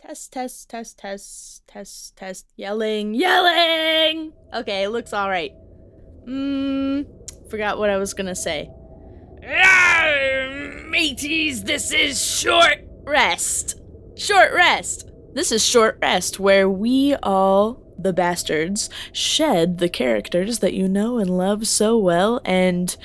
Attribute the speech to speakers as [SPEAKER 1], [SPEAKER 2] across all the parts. [SPEAKER 1] Test, test, test, test, test, test. Yelling, yelling! Okay, looks alright. Mmm, forgot what I was gonna say. Arr, mateys, this is short rest. Short rest. This is short rest where we all, the bastards, shed the characters that you know and love so well and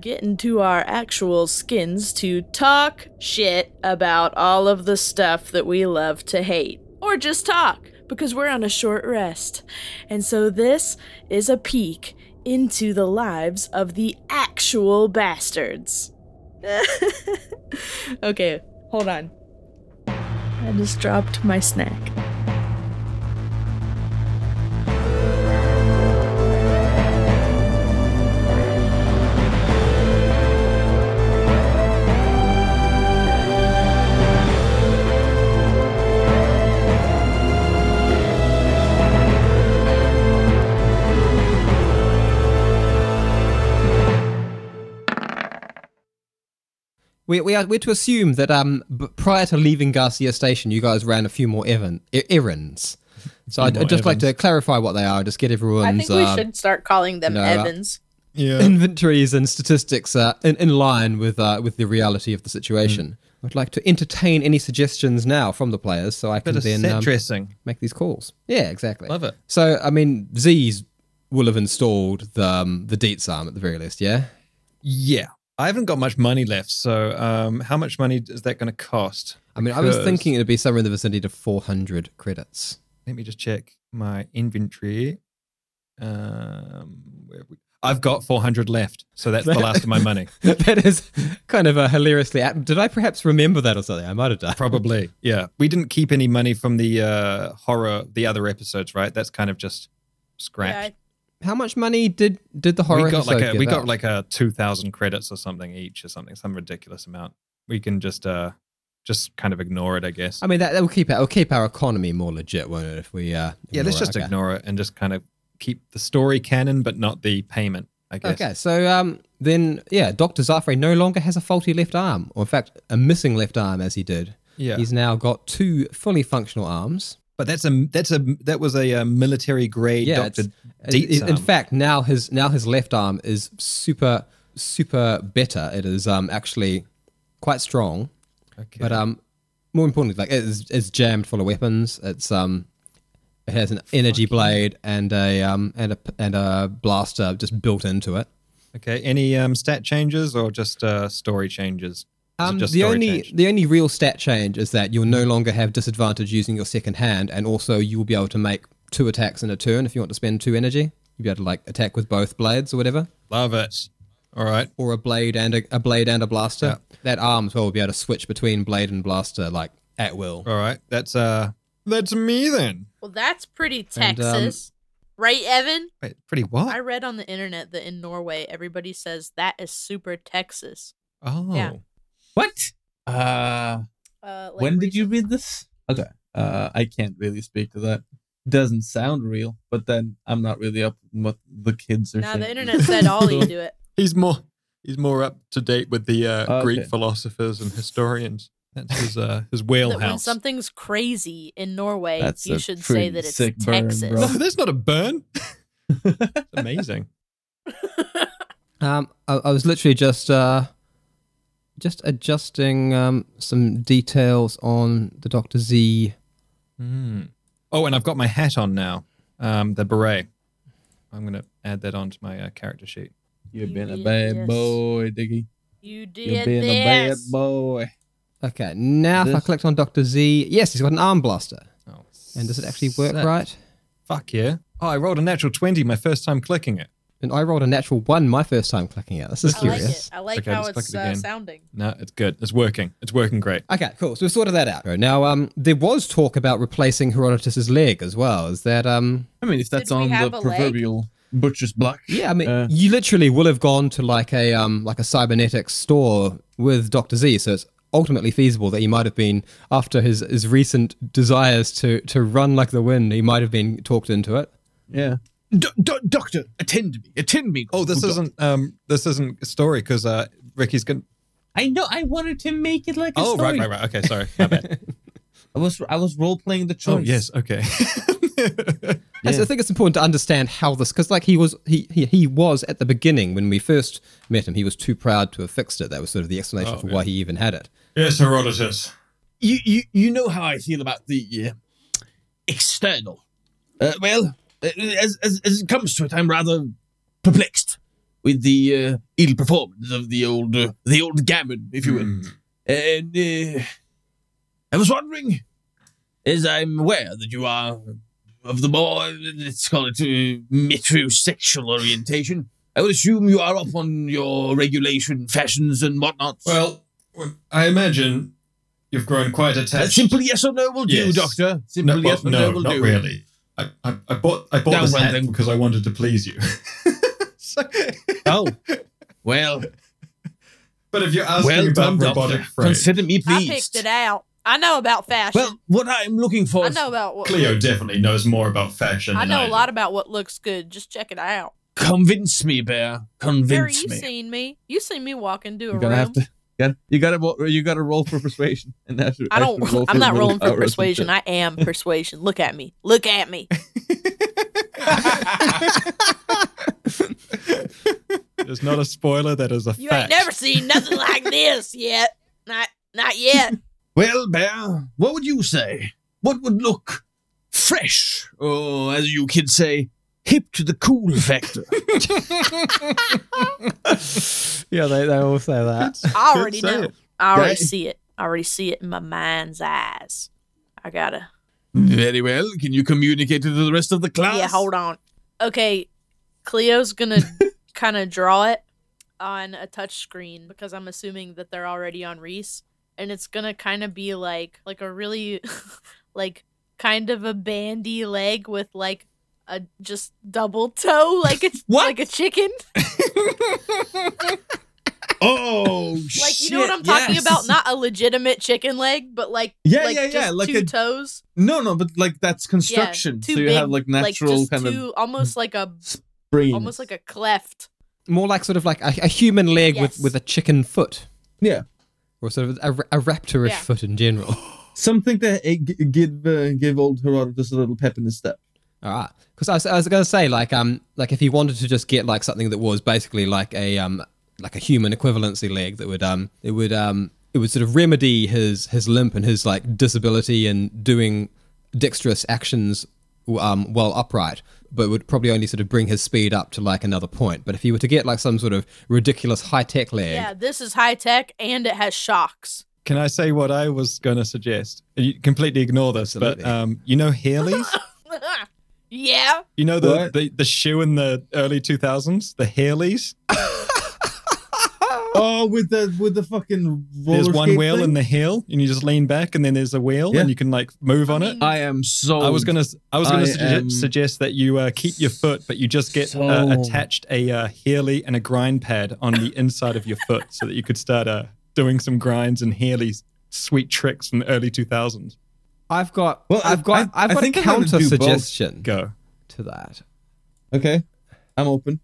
[SPEAKER 1] get into our actual skins to talk shit about all of the stuff that we love to hate. Or just talk, because we're on a short rest. And so this is a peek into the lives of the actual bastards. okay, hold on. I just dropped my snack.
[SPEAKER 2] We, we are we're to assume that um b- prior to leaving Garcia Station, you guys ran a few more errand, er- errands. So I'd,
[SPEAKER 3] more
[SPEAKER 2] I'd just like to
[SPEAKER 3] errands.
[SPEAKER 2] clarify what they are. Just get
[SPEAKER 1] I think
[SPEAKER 2] everyone's
[SPEAKER 1] we
[SPEAKER 2] uh,
[SPEAKER 1] should start calling them
[SPEAKER 2] no, uh,
[SPEAKER 1] Evans.
[SPEAKER 3] Yeah.
[SPEAKER 2] inventories and statistics uh, in, in line with uh, with the reality of the situation.
[SPEAKER 4] Mm.
[SPEAKER 2] I'd like to entertain any suggestions now from the players, so I can
[SPEAKER 4] Bit of
[SPEAKER 2] then
[SPEAKER 4] set
[SPEAKER 2] um,
[SPEAKER 4] dressing.
[SPEAKER 2] make these calls. Yeah, exactly.
[SPEAKER 4] Love it.
[SPEAKER 2] So I mean, Z's will have installed the um, the Deets arm at the very least. Yeah.
[SPEAKER 4] Yeah. I haven't got much money left, so um, how much money is that going to cost?
[SPEAKER 2] I mean, I was
[SPEAKER 4] Because-
[SPEAKER 2] thinking it'd be somewhere in the vicinity to 400 credits.
[SPEAKER 4] Let me just check my inventory. Um, where have we? I've got 400 left, so that's the last of my money.
[SPEAKER 2] that is kind of a hilariously. Did I perhaps remember that or something? I might have done.
[SPEAKER 4] Probably, yeah. We didn't keep any money from the uh, horror, the other episodes, right? That's kind of just scratched.
[SPEAKER 2] How much money did did the horror
[SPEAKER 4] we got like
[SPEAKER 2] episode
[SPEAKER 4] a we
[SPEAKER 2] give
[SPEAKER 4] got
[SPEAKER 2] out?
[SPEAKER 4] like a 2,000 credits or something each, or something, some ridiculous amount. We can just uh, just kind of ignore it, I guess.
[SPEAKER 2] I mean, that that will keep it. It'll keep our economy more legit, won't it? If we uh,
[SPEAKER 4] yeah, let's
[SPEAKER 2] it?
[SPEAKER 4] just
[SPEAKER 2] Okay.
[SPEAKER 4] ignore it and just kind of keep the story canon, but not the payment. I guess.
[SPEAKER 2] Okay, so um, then yeah, Doctor Zafre no longer has a faulty left arm, or in fact, a missing left arm, as he did.
[SPEAKER 4] Yeah.
[SPEAKER 2] He's now got two fully functional arms.
[SPEAKER 4] But that's a that's a that was a, uh military grade
[SPEAKER 2] Yeah,
[SPEAKER 4] doctor.
[SPEAKER 2] it's- uh,
[SPEAKER 4] Deets
[SPEAKER 2] in in
[SPEAKER 4] arm.
[SPEAKER 2] fact, now his now his left arm is super super better. It is um actually quite strong.
[SPEAKER 4] Okay.
[SPEAKER 2] But um, more importantly, like it's, it's jammed full of weapons. It's um, it has an energy blade and a um and a and a blaster just built into it.
[SPEAKER 4] okay. Any um, stat changes or just uh, story changes? Is it
[SPEAKER 2] Um,
[SPEAKER 4] just
[SPEAKER 2] the
[SPEAKER 4] story
[SPEAKER 2] only
[SPEAKER 4] change?
[SPEAKER 2] the only real stat change is that you'll no longer have disadvantage using your second hand, and also you will be able to make two attacks in a turn if you want to spend two energy. You'll be able to like attack with both blades or whatever,
[SPEAKER 4] Love it. All right.
[SPEAKER 2] or a blade and a, a blade and a blaster. That arm as well will be able to switch between blade and blaster like at will.
[SPEAKER 4] All right. That's uh that's me then.
[SPEAKER 1] Well, that's pretty
[SPEAKER 2] And, um,
[SPEAKER 1] Texas. right, Evan?
[SPEAKER 4] Wait, pretty what?
[SPEAKER 1] I read on the internet that in Norway, everybody says that is super Texas.
[SPEAKER 4] oh.
[SPEAKER 1] yeah.
[SPEAKER 3] What? Uh,
[SPEAKER 1] Uh, like
[SPEAKER 3] when did you
[SPEAKER 1] recent-
[SPEAKER 3] read this? Okay. Uh, I can't really speak to that. Doesn't sound real, but then I'm not really up on what the kids are
[SPEAKER 1] Nah,
[SPEAKER 3] saying.
[SPEAKER 1] the internet said all you
[SPEAKER 4] Cool.
[SPEAKER 1] do it.
[SPEAKER 4] He's more he's more up to date with the uh,
[SPEAKER 3] Okay.
[SPEAKER 4] Greek philosophers and historians. That's his uh his
[SPEAKER 1] That when
[SPEAKER 4] wheelhouse.
[SPEAKER 1] something's crazy in Norway,
[SPEAKER 3] That's
[SPEAKER 1] you
[SPEAKER 3] a
[SPEAKER 1] should say
[SPEAKER 3] pretty
[SPEAKER 1] that it's
[SPEAKER 3] sick burn,
[SPEAKER 1] Texas.
[SPEAKER 4] no,
[SPEAKER 3] bro.
[SPEAKER 4] that's not a burn. It's amazing.
[SPEAKER 2] Um, I, I was literally just uh, just adjusting um, some details on the Doctor Z.
[SPEAKER 4] Hmm. Oh, and I've got my hat on now. Um, the beret. I'm gonna add that onto my uh, character sheet.
[SPEAKER 3] You've been a
[SPEAKER 1] Yes.
[SPEAKER 3] bad boy, Diggy.
[SPEAKER 1] you did
[SPEAKER 3] You've been a bad
[SPEAKER 1] this.
[SPEAKER 3] boy.
[SPEAKER 2] Okay, now if I
[SPEAKER 3] This-
[SPEAKER 2] clicked on Doctor Z, yes, he's got an arm blaster.
[SPEAKER 4] Oh,
[SPEAKER 2] And does it actually work
[SPEAKER 4] sick.
[SPEAKER 2] right?
[SPEAKER 4] Fuck yeah! Oh, I rolled a natural twenty my first time clicking it.
[SPEAKER 2] And I rolled a natural one my first time clicking it. This is
[SPEAKER 1] I like it.
[SPEAKER 2] curious.
[SPEAKER 1] I like
[SPEAKER 4] Okay,
[SPEAKER 1] how
[SPEAKER 4] just click
[SPEAKER 1] it's
[SPEAKER 4] it
[SPEAKER 1] uh,
[SPEAKER 4] again.
[SPEAKER 1] sounding.
[SPEAKER 4] No, it's good. It's working. It's working great.
[SPEAKER 2] Okay, cool. So we've sorted that out. Right, Now, um, there was talk about replacing Herodotus's leg as well. Is that um,
[SPEAKER 3] I mean, if that's
[SPEAKER 1] we
[SPEAKER 3] on the
[SPEAKER 1] have a leg?
[SPEAKER 3] proverbial butcher's block.
[SPEAKER 2] Yeah, I mean,
[SPEAKER 3] Uh,
[SPEAKER 2] you literally will have gone to like a um like a cybernetics store with Doctor Z, so it's ultimately feasible that he might have been after his his recent desires to to run like the wind, he might have been talked into it.
[SPEAKER 3] yeah. Do- do- doctor, attend me. Attend me.
[SPEAKER 4] Oh, this
[SPEAKER 3] good
[SPEAKER 4] isn't um this isn't a story because uh Ricky's gonna.
[SPEAKER 3] I know. I wanted to make it like a
[SPEAKER 4] Oh right
[SPEAKER 3] story.
[SPEAKER 4] right right. Okay, sorry. My bad.
[SPEAKER 3] I was I was role playing the choice.
[SPEAKER 4] Oh, yes. Okay.
[SPEAKER 2] I s- I think it's important to understand how this, because like he was, he, he he was at the beginning when we first met him, he was too proud to have fixed it. That was sort of the explanation
[SPEAKER 4] Oh,
[SPEAKER 2] for
[SPEAKER 4] yeah.
[SPEAKER 2] why he even had it.
[SPEAKER 5] Yes, Herodotus.
[SPEAKER 3] You you you know how I feel about the uh, external. Uh, well, uh, as, as as it comes to it, I'm rather perplexed with the uh, ill performance of the old uh, the old gammon, if you will.
[SPEAKER 5] Hmm.
[SPEAKER 3] And uh, I was wondering, as I'm aware that you are of the more, let's call it uh, metrosexual orientation, I would assume you are up on your regulation fashions and whatnot.
[SPEAKER 5] Well, I imagine you've grown quite
[SPEAKER 3] Uh,
[SPEAKER 5] attached.
[SPEAKER 3] simply yes or no will do,
[SPEAKER 5] Yes.
[SPEAKER 3] Doctor. Simply
[SPEAKER 5] no,
[SPEAKER 3] yes
[SPEAKER 5] well,
[SPEAKER 3] or
[SPEAKER 5] no,
[SPEAKER 3] no will
[SPEAKER 5] not
[SPEAKER 3] do.
[SPEAKER 5] really. I, I, I bought I bought
[SPEAKER 3] Down
[SPEAKER 5] this
[SPEAKER 3] one
[SPEAKER 5] hat
[SPEAKER 3] thing.
[SPEAKER 5] because I wanted to please you.
[SPEAKER 4] So-
[SPEAKER 3] Oh, well,
[SPEAKER 5] but if you're asking
[SPEAKER 3] well
[SPEAKER 5] about
[SPEAKER 3] done,
[SPEAKER 5] robotic
[SPEAKER 3] Doctor.
[SPEAKER 5] frames,
[SPEAKER 3] Consider me
[SPEAKER 1] I picked
[SPEAKER 3] pleased.
[SPEAKER 1] it out. I know about fashion.
[SPEAKER 3] Well, what I'm looking for
[SPEAKER 1] I
[SPEAKER 3] is
[SPEAKER 1] know about what.
[SPEAKER 5] Cleo definitely knows more about fashion.
[SPEAKER 1] I
[SPEAKER 5] than
[SPEAKER 1] know
[SPEAKER 5] I
[SPEAKER 1] a
[SPEAKER 5] do.
[SPEAKER 1] lot about what looks good. Just check it out.
[SPEAKER 3] convince me, Bear.
[SPEAKER 1] Barry,
[SPEAKER 3] Convince
[SPEAKER 1] you
[SPEAKER 3] me.
[SPEAKER 1] seen me? You seen me walking to a
[SPEAKER 3] You're
[SPEAKER 1] room?
[SPEAKER 3] gonna have to. Yeah, you gotta ro- you gotta roll for persuasion, and that's
[SPEAKER 1] I don't. I'm not rolling for persuasion. I am persuasion. Look at me. Look at me.
[SPEAKER 4] There's not a spoiler. That is a
[SPEAKER 1] You ain't
[SPEAKER 4] fact.
[SPEAKER 1] never seen nothing like this yet. Not not yet.
[SPEAKER 3] Well, Bear, what would you say? What would look fresh, or as you kids say, hip to the cool factor?
[SPEAKER 2] yeah, they, they all say that.
[SPEAKER 1] I already
[SPEAKER 4] say
[SPEAKER 1] know. I already
[SPEAKER 3] Okay.
[SPEAKER 1] see it. I already see it in my mind's eyes. I gotta.
[SPEAKER 3] Very well. Can you communicate it to the rest of the class?
[SPEAKER 1] Yeah, hold on. Okay, Cleo's gonna kind of draw it on a touch screen because I'm assuming that they're already on Reese, and it's gonna kind of be like like a really like kind of a bandy leg with like a just double toe like it's
[SPEAKER 3] What?
[SPEAKER 1] like a chicken.
[SPEAKER 3] Oh, like
[SPEAKER 1] Like you know what I'm talking about? Not a legitimate chicken leg, but like
[SPEAKER 3] Yeah,
[SPEAKER 1] like
[SPEAKER 3] yeah, yeah,
[SPEAKER 1] just
[SPEAKER 3] like
[SPEAKER 1] two
[SPEAKER 3] a
[SPEAKER 1] toes.
[SPEAKER 3] no, no, but like that's construction.
[SPEAKER 1] too
[SPEAKER 3] so you have
[SPEAKER 1] big,
[SPEAKER 3] like
[SPEAKER 1] Like
[SPEAKER 3] natural
[SPEAKER 1] just
[SPEAKER 3] kind of
[SPEAKER 1] two almost like a
[SPEAKER 3] brain.
[SPEAKER 1] almost like a cleft.
[SPEAKER 2] More like sort of like a, a human leg
[SPEAKER 1] Yes.
[SPEAKER 2] with, with a chicken foot.
[SPEAKER 3] Yeah.
[SPEAKER 2] Or sort of a, a raptorish
[SPEAKER 1] Yeah.
[SPEAKER 2] foot in general.
[SPEAKER 3] something to uh, g- give uh, give old Herodotus a little pep in the step.
[SPEAKER 2] All right, because I was, I was going to say like um like if he wanted to just get like something that was basically like a um like a human equivalency leg that would um it would um it would sort of remedy his his limp and his like disability and doing dexterous actions um while upright, but would probably only sort of bring his speed up to like another point. But if he were to get like some sort of ridiculous high tech leg,
[SPEAKER 1] Yeah, this is high tech and it has shocks.
[SPEAKER 4] Can I say what I was going to suggest? You completely ignore this,
[SPEAKER 2] Absolutely.
[SPEAKER 4] but um, you know Heelys?
[SPEAKER 1] yeah.
[SPEAKER 4] You know the,
[SPEAKER 3] What?
[SPEAKER 4] the, the shoe in the early 2000s? The Heelys?
[SPEAKER 3] Oh, with the with the fucking roller
[SPEAKER 4] There's one
[SPEAKER 3] skate
[SPEAKER 4] wheel
[SPEAKER 3] thing?
[SPEAKER 4] and the heel, and you just lean back, and then there's a wheel,
[SPEAKER 3] Yeah.
[SPEAKER 4] and you can like move on
[SPEAKER 1] I
[SPEAKER 4] it.
[SPEAKER 1] mean-
[SPEAKER 3] I am so.
[SPEAKER 4] I was gonna, I was gonna
[SPEAKER 3] I
[SPEAKER 4] sugge-
[SPEAKER 3] am
[SPEAKER 4] suggest that you uh, keep your foot, but you just get uh,
[SPEAKER 3] so-
[SPEAKER 4] attached a uh, Healy and a grind pad on the inside of your foot, so that you could start uh, doing some grinds and Healy's sweet tricks from the early 2000s.
[SPEAKER 2] I've got well
[SPEAKER 3] Well, I-
[SPEAKER 2] I've got
[SPEAKER 3] I-
[SPEAKER 2] I, have
[SPEAKER 3] I
[SPEAKER 2] got a
[SPEAKER 3] think I'm gonna do
[SPEAKER 2] counter
[SPEAKER 3] both.
[SPEAKER 2] suggestion
[SPEAKER 4] Go.
[SPEAKER 2] to that.
[SPEAKER 3] Okay, I'm open.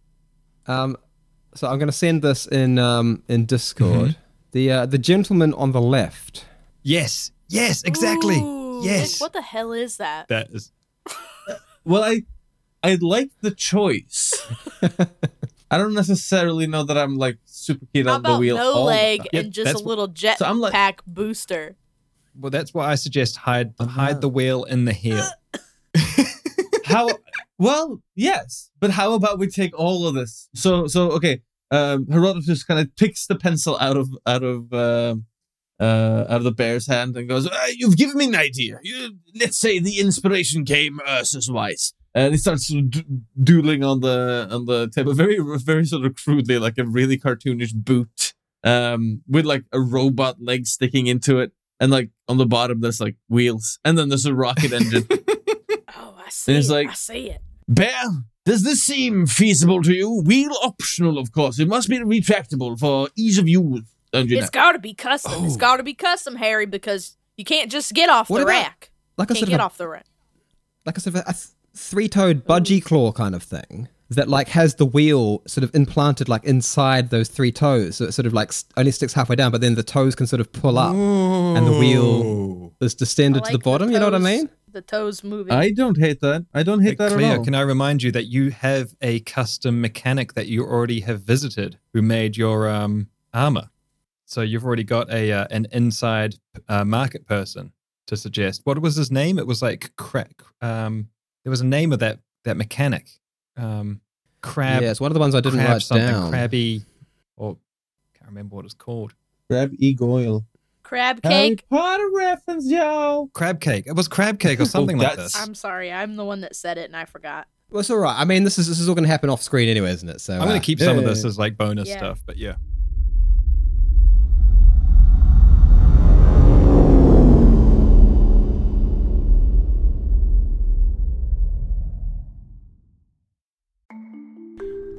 [SPEAKER 2] Um, so I'm going to send this in um, in Discord.
[SPEAKER 4] Mm-hmm.
[SPEAKER 2] The uh, the gentleman on the left.
[SPEAKER 4] Yes. Yes. Exactly.
[SPEAKER 1] Ooh,
[SPEAKER 4] yes.
[SPEAKER 1] What the hell is that?
[SPEAKER 4] That is.
[SPEAKER 3] Well, I I like the choice. I don't necessarily know that I'm like super keen
[SPEAKER 1] How
[SPEAKER 3] on the
[SPEAKER 1] about
[SPEAKER 3] wheel.
[SPEAKER 1] no
[SPEAKER 3] all the
[SPEAKER 1] leg
[SPEAKER 3] time.
[SPEAKER 4] Yeah,
[SPEAKER 1] and just
[SPEAKER 4] that's
[SPEAKER 1] a
[SPEAKER 4] what-
[SPEAKER 1] little jet
[SPEAKER 3] So I'm like-
[SPEAKER 1] pack booster?
[SPEAKER 4] Well, that's why I suggest hide
[SPEAKER 3] Uh-huh.
[SPEAKER 4] hide the wheel in the
[SPEAKER 1] Uh.
[SPEAKER 4] heel.
[SPEAKER 3] how? Well, yes, but how about we take all of this? So so okay. Um, Herodotus kind of picks the pencil out of out of um uh, out of the bear's hand and goes, "Ah, "You've given me an idea. You, let's say the inspiration came Ursus Wise." And he starts d- doodling on the on the table, very very sort of crudely, like a really cartoonish boot, um, with like a robot leg sticking into it, and like on the bottom there's like wheels, and then there's a rocket engine.
[SPEAKER 1] Oh, I see.
[SPEAKER 3] And it's
[SPEAKER 1] it.
[SPEAKER 3] like-
[SPEAKER 1] I see it.
[SPEAKER 3] Bear, does this seem feasible to you? Wheel optional, of course. It must be retractable for ease of use. Don't you know?
[SPEAKER 1] It's got to be custom. It's got to be custom, Harry, because you can't just get off
[SPEAKER 2] What
[SPEAKER 1] the
[SPEAKER 2] about-
[SPEAKER 1] rack.
[SPEAKER 2] Like a
[SPEAKER 1] Can't
[SPEAKER 2] sort of
[SPEAKER 1] get
[SPEAKER 2] a,
[SPEAKER 1] off the rack.
[SPEAKER 2] like a sort of a, th- three-toed budgie claw kind of thing that like has the wheel sort of implanted like inside those three toes, so it sort of like st- only sticks halfway down, but then the toes can sort of pull up, and the wheel
[SPEAKER 4] Ooh.
[SPEAKER 2] that's descended
[SPEAKER 1] I
[SPEAKER 2] to
[SPEAKER 1] like
[SPEAKER 2] the bottom. you know what I
[SPEAKER 1] toes-
[SPEAKER 2] mean?
[SPEAKER 1] The toes moving.
[SPEAKER 3] I don't hate that. I don't hate
[SPEAKER 4] But
[SPEAKER 3] that at
[SPEAKER 4] Cleo,
[SPEAKER 3] all.
[SPEAKER 4] can I remind you that you have a custom mechanic that you already have visited who made your um, armor? So you've already got a uh, an inside uh, market person to suggest. What was his name? It was like crack. Um, there was a name of that that mechanic. Um, crab.
[SPEAKER 2] yeah, it's one of the ones I didn't
[SPEAKER 4] crab
[SPEAKER 2] write
[SPEAKER 4] something.
[SPEAKER 2] down.
[SPEAKER 4] Crabby, or can't remember what it's called.
[SPEAKER 3] Grab Egoil.
[SPEAKER 1] Crab
[SPEAKER 3] Harry
[SPEAKER 1] cake.
[SPEAKER 3] Potter reference, yo.
[SPEAKER 4] Crab cake. It was crab cake or something like
[SPEAKER 3] that's-
[SPEAKER 4] this.
[SPEAKER 1] Oh, I'm sorry, I'm the one that said it and I forgot.
[SPEAKER 2] Well, it's all right. I mean, this is this is all going to happen off screen anyway, isn't it? So
[SPEAKER 4] I'm going
[SPEAKER 2] uh,
[SPEAKER 4] to keep some of
[SPEAKER 3] yeah,
[SPEAKER 4] this
[SPEAKER 3] yeah.
[SPEAKER 4] as like bonus
[SPEAKER 1] Yeah.
[SPEAKER 4] stuff, but yeah.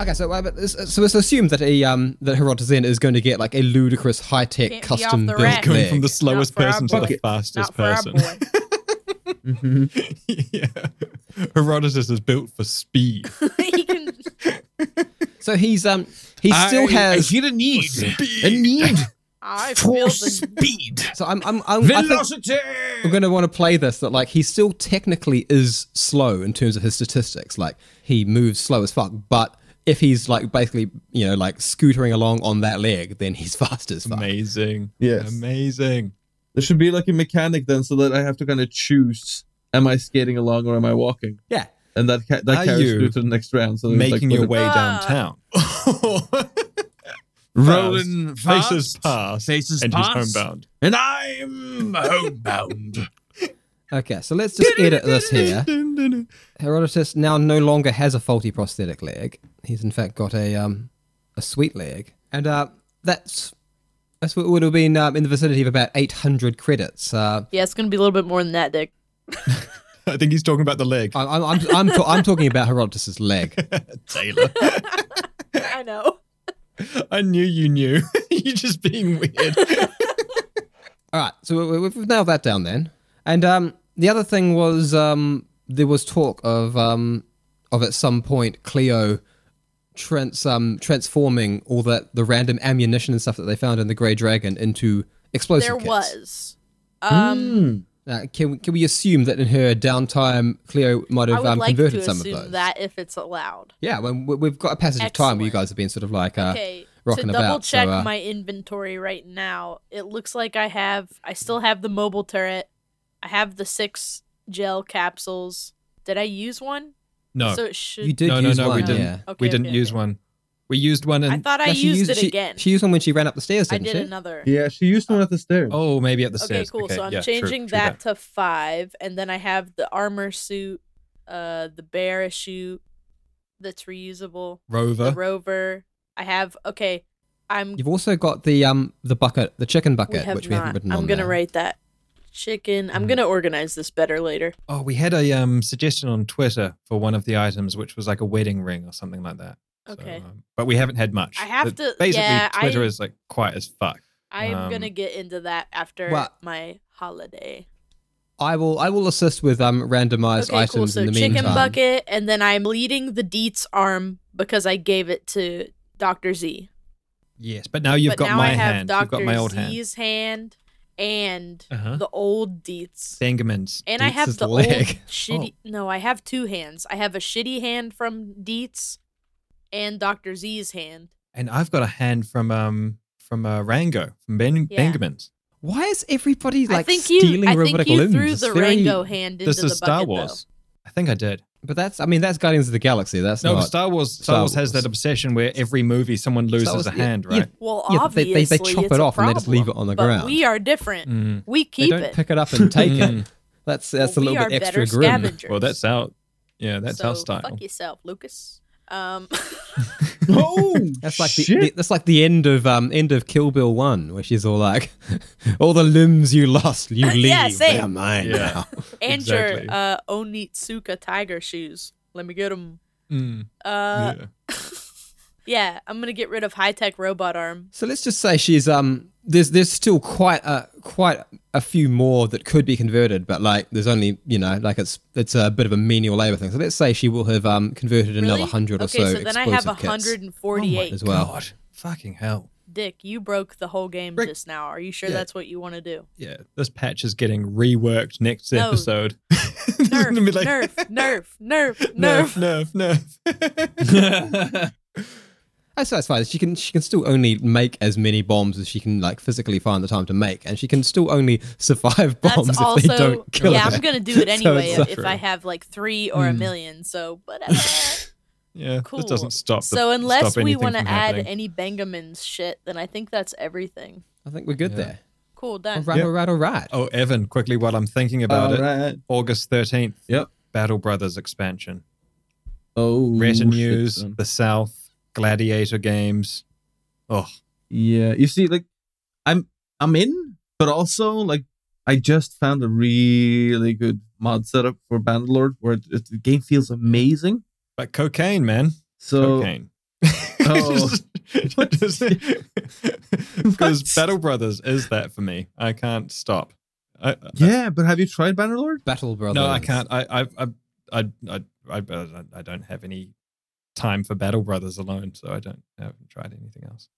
[SPEAKER 2] Okay, so uh, but it's, so it's assumed that a um that Herodotus is going to get like a ludicrous high tech
[SPEAKER 1] Can't be off
[SPEAKER 2] custom
[SPEAKER 1] the
[SPEAKER 2] built
[SPEAKER 1] rack.
[SPEAKER 4] Going from
[SPEAKER 2] leg.
[SPEAKER 4] the slowest
[SPEAKER 1] for our
[SPEAKER 4] person to the
[SPEAKER 1] bucket.
[SPEAKER 4] fastest
[SPEAKER 1] Not for our
[SPEAKER 4] person.
[SPEAKER 1] boy.
[SPEAKER 4] yeah. Herodotus is built for speed.
[SPEAKER 1] he can
[SPEAKER 2] So he's um he still has.
[SPEAKER 3] a need. A need
[SPEAKER 1] I feel
[SPEAKER 3] for
[SPEAKER 1] the
[SPEAKER 3] speed.
[SPEAKER 2] so I'm I'm, I'm I think
[SPEAKER 3] Velocity.
[SPEAKER 2] I'm going to want to play this that like he still technically is slow in terms of his statistics. Like he moves slow as fuck, but if he's like basically you know like scootering along on that leg, then he's fast as fuck.
[SPEAKER 4] Amazing.
[SPEAKER 3] Yes.
[SPEAKER 4] Amazing.
[SPEAKER 3] Um, There should be like a mechanic then, so that I have to kind of choose: am I skating along or am I walking?
[SPEAKER 2] Yeah.
[SPEAKER 3] And that ca- that
[SPEAKER 4] Are
[SPEAKER 3] carries
[SPEAKER 4] you
[SPEAKER 3] through to the next round. So there's, like,
[SPEAKER 4] Making your
[SPEAKER 3] with
[SPEAKER 4] way
[SPEAKER 1] Ah.
[SPEAKER 4] downtown.
[SPEAKER 3] a- rolling fast,
[SPEAKER 4] Faces past.
[SPEAKER 3] faces
[SPEAKER 4] and he's
[SPEAKER 3] past,
[SPEAKER 4] homebound.
[SPEAKER 3] and I'm homebound.
[SPEAKER 2] Okay, so let's just edit this here. Herodotus now no longer has a faulty prosthetic leg. He's in fact got a um a sweet leg, and uh, that's that's what would have been um, in the vicinity of about eight hundred credits. Uh,
[SPEAKER 1] Yeah, it's gonna be a little bit more than that, Dick.
[SPEAKER 4] I think he's talking about the leg.
[SPEAKER 2] I- I'm I'm I'm, ta- I'm talking about Herodotus's leg.
[SPEAKER 4] Taylor.
[SPEAKER 1] I know.
[SPEAKER 4] I knew you knew. You're just being weird.
[SPEAKER 2] All right, so we- we've nailed that down then. And um, the other thing was um, there was talk of um, of at some point Cleo trans um, transforming all that the random ammunition and stuff that they found in the Grey Dragon into explosive
[SPEAKER 1] There
[SPEAKER 2] kits.
[SPEAKER 1] was.
[SPEAKER 2] Hmm?
[SPEAKER 1] Um
[SPEAKER 2] Uh, can, we- can we assume that in her downtime, Cleo might
[SPEAKER 1] I
[SPEAKER 2] have
[SPEAKER 1] would
[SPEAKER 2] um,
[SPEAKER 1] like to
[SPEAKER 2] converted some of
[SPEAKER 1] assume
[SPEAKER 2] those? Uh,
[SPEAKER 1] that if it's allowed.
[SPEAKER 2] Yeah, when we- we've got a passage of time where you
[SPEAKER 1] Excellent.
[SPEAKER 2] guys have been sort of like uh,
[SPEAKER 1] okay. To
[SPEAKER 2] rocking
[SPEAKER 1] double
[SPEAKER 2] about.
[SPEAKER 1] check
[SPEAKER 2] so, uh,
[SPEAKER 1] my inventory right now, it looks like I have I still have the mobile turret. I have the six gel capsules. Did I use one?
[SPEAKER 4] No.
[SPEAKER 1] So it should
[SPEAKER 2] you did
[SPEAKER 4] no,
[SPEAKER 2] use
[SPEAKER 4] no, no,
[SPEAKER 2] one.
[SPEAKER 4] we didn't.
[SPEAKER 2] Yeah.
[SPEAKER 1] Okay,
[SPEAKER 4] we didn't
[SPEAKER 1] okay,
[SPEAKER 4] use
[SPEAKER 1] okay.
[SPEAKER 4] one. We used one in.
[SPEAKER 1] I thought I
[SPEAKER 2] No, she
[SPEAKER 1] used,
[SPEAKER 2] used-
[SPEAKER 1] it
[SPEAKER 2] she-
[SPEAKER 1] again.
[SPEAKER 2] She used one when she ran up the stairs,
[SPEAKER 1] I
[SPEAKER 2] didn't
[SPEAKER 1] did
[SPEAKER 2] she?
[SPEAKER 1] another.
[SPEAKER 3] yeah, she used one at the stairs.
[SPEAKER 4] oh, maybe at the
[SPEAKER 1] Okay,
[SPEAKER 4] stairs.
[SPEAKER 1] cool. so I'm
[SPEAKER 4] yeah, true,
[SPEAKER 1] changing
[SPEAKER 4] true
[SPEAKER 1] that to five, and then I have the armor suit, uh, the bear shoot that's reusable,
[SPEAKER 4] Rover.
[SPEAKER 1] the rover. I have okay. I'm
[SPEAKER 2] You've also got the um the bucket, the chicken bucket,
[SPEAKER 1] have
[SPEAKER 2] which we haven't written
[SPEAKER 1] I'm
[SPEAKER 2] on.
[SPEAKER 1] gonna
[SPEAKER 2] there.
[SPEAKER 1] rate that chicken.
[SPEAKER 4] Mm-hmm.
[SPEAKER 1] I'm gonna organize this better later.
[SPEAKER 4] Oh, we had a um, suggestion on Twitter for one of the items, which was like a wedding ring or something like that. So,
[SPEAKER 1] Okay.
[SPEAKER 4] um, but we haven't had much.
[SPEAKER 1] I have
[SPEAKER 4] But
[SPEAKER 1] to-
[SPEAKER 4] Basically,
[SPEAKER 1] yeah, I-
[SPEAKER 4] Twitter is like quiet as fuck.
[SPEAKER 1] I'm gonna
[SPEAKER 4] Um,
[SPEAKER 1] get into that after
[SPEAKER 2] Well-
[SPEAKER 1] my holiday.
[SPEAKER 2] I will I will assist with um randomized
[SPEAKER 1] Okay,
[SPEAKER 2] items
[SPEAKER 1] cool. So
[SPEAKER 2] in the
[SPEAKER 1] chicken
[SPEAKER 2] meantime.
[SPEAKER 1] bucket, and then I'm leading the Deets arm because I gave it to Doctor Z.
[SPEAKER 4] Yes, but now you've
[SPEAKER 1] but
[SPEAKER 4] got
[SPEAKER 1] now
[SPEAKER 4] my
[SPEAKER 1] I have
[SPEAKER 4] hand.
[SPEAKER 1] Dr.
[SPEAKER 4] You've got my old hand.
[SPEAKER 1] Z's hand, and
[SPEAKER 4] Uh-huh.
[SPEAKER 1] the old Deets.
[SPEAKER 4] Sangamon's.
[SPEAKER 1] And I have
[SPEAKER 2] Deetz's
[SPEAKER 1] the old
[SPEAKER 2] leg. Oh.
[SPEAKER 1] shitty. No, I have two hands. I have a shitty hand from Deets, and Doctor Z's hand.
[SPEAKER 4] And I've got a hand from um from uh, Rango from ben-
[SPEAKER 1] Yeah.
[SPEAKER 4] Bengamon's.
[SPEAKER 2] Why is everybody like
[SPEAKER 1] I think
[SPEAKER 2] stealing
[SPEAKER 1] you. I
[SPEAKER 2] robotic
[SPEAKER 1] think you
[SPEAKER 2] limbs?
[SPEAKER 1] threw
[SPEAKER 2] It's
[SPEAKER 1] the
[SPEAKER 2] very-
[SPEAKER 1] Rango hand into
[SPEAKER 4] This
[SPEAKER 1] the
[SPEAKER 4] is Star
[SPEAKER 1] bucket,
[SPEAKER 4] Wars. I think I did.
[SPEAKER 2] But that's I mean that's Guardians of the Galaxy. That's
[SPEAKER 4] No,
[SPEAKER 2] not
[SPEAKER 4] but Star Wars. Star,
[SPEAKER 2] Star
[SPEAKER 4] Wars has
[SPEAKER 2] Wars.
[SPEAKER 4] that obsession where every movie someone
[SPEAKER 2] Star
[SPEAKER 4] loses
[SPEAKER 2] Wars-
[SPEAKER 4] a
[SPEAKER 2] yeah,
[SPEAKER 4] hand,
[SPEAKER 2] yeah,
[SPEAKER 4] right?
[SPEAKER 1] Though. Well,
[SPEAKER 2] Yeah, but they- they-
[SPEAKER 1] obviously
[SPEAKER 2] they chop
[SPEAKER 1] it's
[SPEAKER 2] it
[SPEAKER 1] a
[SPEAKER 2] off and they just leave it
[SPEAKER 1] problem,
[SPEAKER 2] on the
[SPEAKER 1] but
[SPEAKER 2] ground.
[SPEAKER 1] We are different.
[SPEAKER 4] Mm.
[SPEAKER 1] We
[SPEAKER 2] They
[SPEAKER 1] keep
[SPEAKER 2] don't
[SPEAKER 1] it.
[SPEAKER 2] pick it up and take it.
[SPEAKER 4] Mm.
[SPEAKER 2] That's that's
[SPEAKER 1] Well,
[SPEAKER 2] a
[SPEAKER 1] we
[SPEAKER 2] little
[SPEAKER 1] are
[SPEAKER 2] bit
[SPEAKER 1] better
[SPEAKER 2] extra grim.
[SPEAKER 1] scavengers.
[SPEAKER 4] Well, that's out. Yeah, that's our
[SPEAKER 1] So,
[SPEAKER 4] style.
[SPEAKER 1] Fuck yourself, Lucas. Um,
[SPEAKER 3] Oh,
[SPEAKER 2] That's like the,
[SPEAKER 3] shit.
[SPEAKER 2] the that's like the end of um end of Kill Bill One, where she's all like, "All the limbs you lost, you leave.
[SPEAKER 1] Yeah, same.
[SPEAKER 2] They are mine
[SPEAKER 4] Yeah.
[SPEAKER 2] now."
[SPEAKER 1] and
[SPEAKER 4] Exactly.
[SPEAKER 1] your uh, Onitsuka tiger shoes. Let me get them.
[SPEAKER 4] Mm.
[SPEAKER 1] Uh,
[SPEAKER 4] Yeah.
[SPEAKER 1] yeah. I'm gonna get rid of high tech robot arm.
[SPEAKER 2] So let's just say she's um there's there's still quite a quite a few more that could be converted, but like there's only you know like it's it's a bit of a menial labor thing. So let's say she will have um converted another
[SPEAKER 1] Really?
[SPEAKER 2] hundred or
[SPEAKER 1] okay,
[SPEAKER 2] so.
[SPEAKER 1] so then I have
[SPEAKER 2] explosive kits. Oh
[SPEAKER 1] 148.
[SPEAKER 2] as well.
[SPEAKER 4] God, fucking hell.
[SPEAKER 1] Dick, you broke the whole game
[SPEAKER 4] Rick-
[SPEAKER 1] just now. Are you sure
[SPEAKER 4] Yeah.
[SPEAKER 1] that's what you want to do?
[SPEAKER 4] Yeah, this patch is getting reworked next
[SPEAKER 1] No.
[SPEAKER 4] episode. It's
[SPEAKER 1] Nerf,
[SPEAKER 4] gonna be like,
[SPEAKER 1] nerf, nerf, nerf, nerf.
[SPEAKER 4] nerf, nerf, nerf.
[SPEAKER 2] That's that's fine. She can she can still only make as many bombs as she can like physically find the time to make, and she can still only survive bombs
[SPEAKER 1] That's
[SPEAKER 2] if
[SPEAKER 1] also
[SPEAKER 2] they don't kill
[SPEAKER 1] yeah.
[SPEAKER 2] her.
[SPEAKER 1] I'm gonna do it
[SPEAKER 2] So
[SPEAKER 1] anyway
[SPEAKER 2] it's not
[SPEAKER 1] if
[SPEAKER 2] true.
[SPEAKER 1] I have like three or a million. So whatever.
[SPEAKER 4] yeah,
[SPEAKER 1] Cool.
[SPEAKER 4] this Hmm. doesn't stop. the-
[SPEAKER 1] so unless
[SPEAKER 4] stop
[SPEAKER 1] we
[SPEAKER 4] want to
[SPEAKER 1] add any Bengamin's shit, then I think that's everything.
[SPEAKER 2] I think we're good
[SPEAKER 4] Yeah.
[SPEAKER 2] there.
[SPEAKER 1] Cool,
[SPEAKER 2] All
[SPEAKER 1] done.
[SPEAKER 2] right, all right, all right.
[SPEAKER 4] oh, Evan, quickly while I'm thinking about
[SPEAKER 3] All
[SPEAKER 4] it,
[SPEAKER 3] right.
[SPEAKER 4] August thirteenth.
[SPEAKER 3] Yep.
[SPEAKER 4] Battle Brothers expansion,
[SPEAKER 3] Oh,
[SPEAKER 4] retinues,
[SPEAKER 3] shit, son.
[SPEAKER 4] the South, Gladiator games. Oh,
[SPEAKER 3] Yeah, you see, like, I'm I'm in, but also like, I just found a really good mod setup for Bandlord where it, it- the game feels amazing.
[SPEAKER 4] but cocaine, man,
[SPEAKER 3] So
[SPEAKER 4] cocaine.
[SPEAKER 3] Oh. What?
[SPEAKER 4] because
[SPEAKER 3] What?
[SPEAKER 4] Battle Brothers is that for me. I can't stop. I,
[SPEAKER 3] yeah, but have you tried Bannerlord?
[SPEAKER 2] Battle Brothers.
[SPEAKER 4] No, I can't. I, I, I, I, I, I, I don't have any time for Battle Brothers alone, so I don't I haven't tried anything else.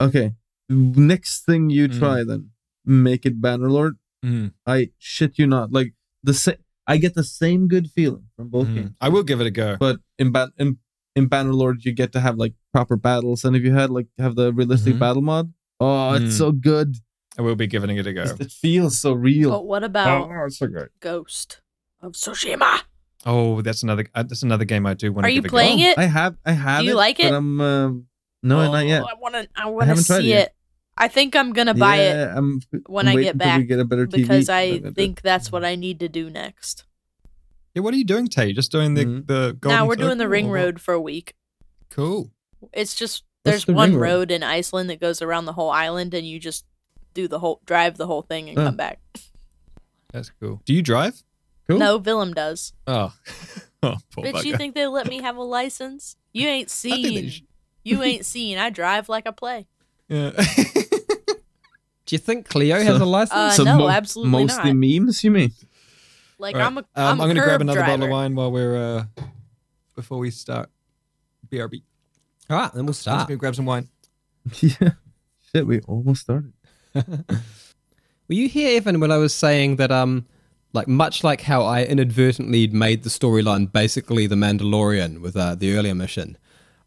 [SPEAKER 3] Okay, next thing you
[SPEAKER 4] Mm.
[SPEAKER 3] try then make it Bannerlord.
[SPEAKER 4] Hmm,
[SPEAKER 3] I shit you not, like the sa- I get the same good feeling from both
[SPEAKER 4] Mm.
[SPEAKER 3] games.
[SPEAKER 4] I will give it a go.
[SPEAKER 3] but in ban in, in Bannerlord you get to have like proper battles, and if you had like have the realistic
[SPEAKER 4] Mhm.
[SPEAKER 3] battle mod, oh, it's
[SPEAKER 4] Mm.
[SPEAKER 3] so good.
[SPEAKER 4] I will be giving it a go.
[SPEAKER 3] It's- It feels so real.
[SPEAKER 1] But what about
[SPEAKER 3] Oh, it's so great.
[SPEAKER 1] Ghost of Tsushima?
[SPEAKER 4] Oh, that's another. Uh, that's another game I do want
[SPEAKER 1] Are
[SPEAKER 4] to.
[SPEAKER 1] you
[SPEAKER 4] give
[SPEAKER 1] playing
[SPEAKER 4] a
[SPEAKER 1] it?
[SPEAKER 3] Oh, I have, I have.
[SPEAKER 1] you like it?
[SPEAKER 3] But I'm um, no,
[SPEAKER 1] Oh,
[SPEAKER 3] not yet.
[SPEAKER 1] I want to. I want to
[SPEAKER 3] haven't tried
[SPEAKER 1] see
[SPEAKER 3] it
[SPEAKER 1] it.
[SPEAKER 3] yet.
[SPEAKER 1] I think I'm gonna buy it
[SPEAKER 3] yeah, I'm
[SPEAKER 1] when
[SPEAKER 3] I'm
[SPEAKER 1] I
[SPEAKER 3] waiting
[SPEAKER 1] get
[SPEAKER 3] till
[SPEAKER 1] back
[SPEAKER 3] we get a better TV,
[SPEAKER 1] because
[SPEAKER 3] then
[SPEAKER 1] I
[SPEAKER 3] I'll do it.
[SPEAKER 1] think that's what I need to do next.
[SPEAKER 4] Yeah. What are you doing, Tay? You're Just doing the
[SPEAKER 3] Mhm.
[SPEAKER 4] the. Golden
[SPEAKER 1] Now we're doing the
[SPEAKER 4] Circle
[SPEAKER 1] Ring
[SPEAKER 4] or what?
[SPEAKER 1] Road for a week.
[SPEAKER 4] Cool.
[SPEAKER 1] It's just
[SPEAKER 3] What's
[SPEAKER 1] there's
[SPEAKER 3] the
[SPEAKER 1] one
[SPEAKER 3] Ring Road?
[SPEAKER 1] road in Iceland that goes around the whole island, and you just do the whole drive the whole thing and
[SPEAKER 3] Oh.
[SPEAKER 1] come back.
[SPEAKER 4] That's cool. Do you drive?
[SPEAKER 3] Cool.
[SPEAKER 1] No, Willem does.
[SPEAKER 4] Oh, oh poor
[SPEAKER 1] Bitch, you
[SPEAKER 4] bugger.
[SPEAKER 1] think they let me have a license? You ain't
[SPEAKER 4] I think they
[SPEAKER 1] seen.
[SPEAKER 4] should-
[SPEAKER 1] You ain't seen. I drive like I play.
[SPEAKER 4] Yeah.
[SPEAKER 2] Do you think Cleo has a license?
[SPEAKER 1] Uh,
[SPEAKER 3] So
[SPEAKER 1] no,
[SPEAKER 3] mo-
[SPEAKER 1] absolutely
[SPEAKER 3] mostly
[SPEAKER 1] not.
[SPEAKER 3] memes. You mean?
[SPEAKER 1] Like
[SPEAKER 4] All right.
[SPEAKER 1] I'm a.
[SPEAKER 4] Um,
[SPEAKER 1] I'm,
[SPEAKER 4] I'm
[SPEAKER 1] going to
[SPEAKER 4] grab another
[SPEAKER 1] driver.
[SPEAKER 4] bottle of wine while we're uh, before we start. BRB.
[SPEAKER 2] all right, then we'll
[SPEAKER 4] I'm
[SPEAKER 3] Ah.
[SPEAKER 4] just
[SPEAKER 2] start.
[SPEAKER 4] gonna grab some wine.
[SPEAKER 3] yeah. Shit, we almost started.
[SPEAKER 2] Were you here, Evan, when I was saying that, um, like much like how I inadvertently made the storyline basically the Mandalorian with uh, the earlier mission,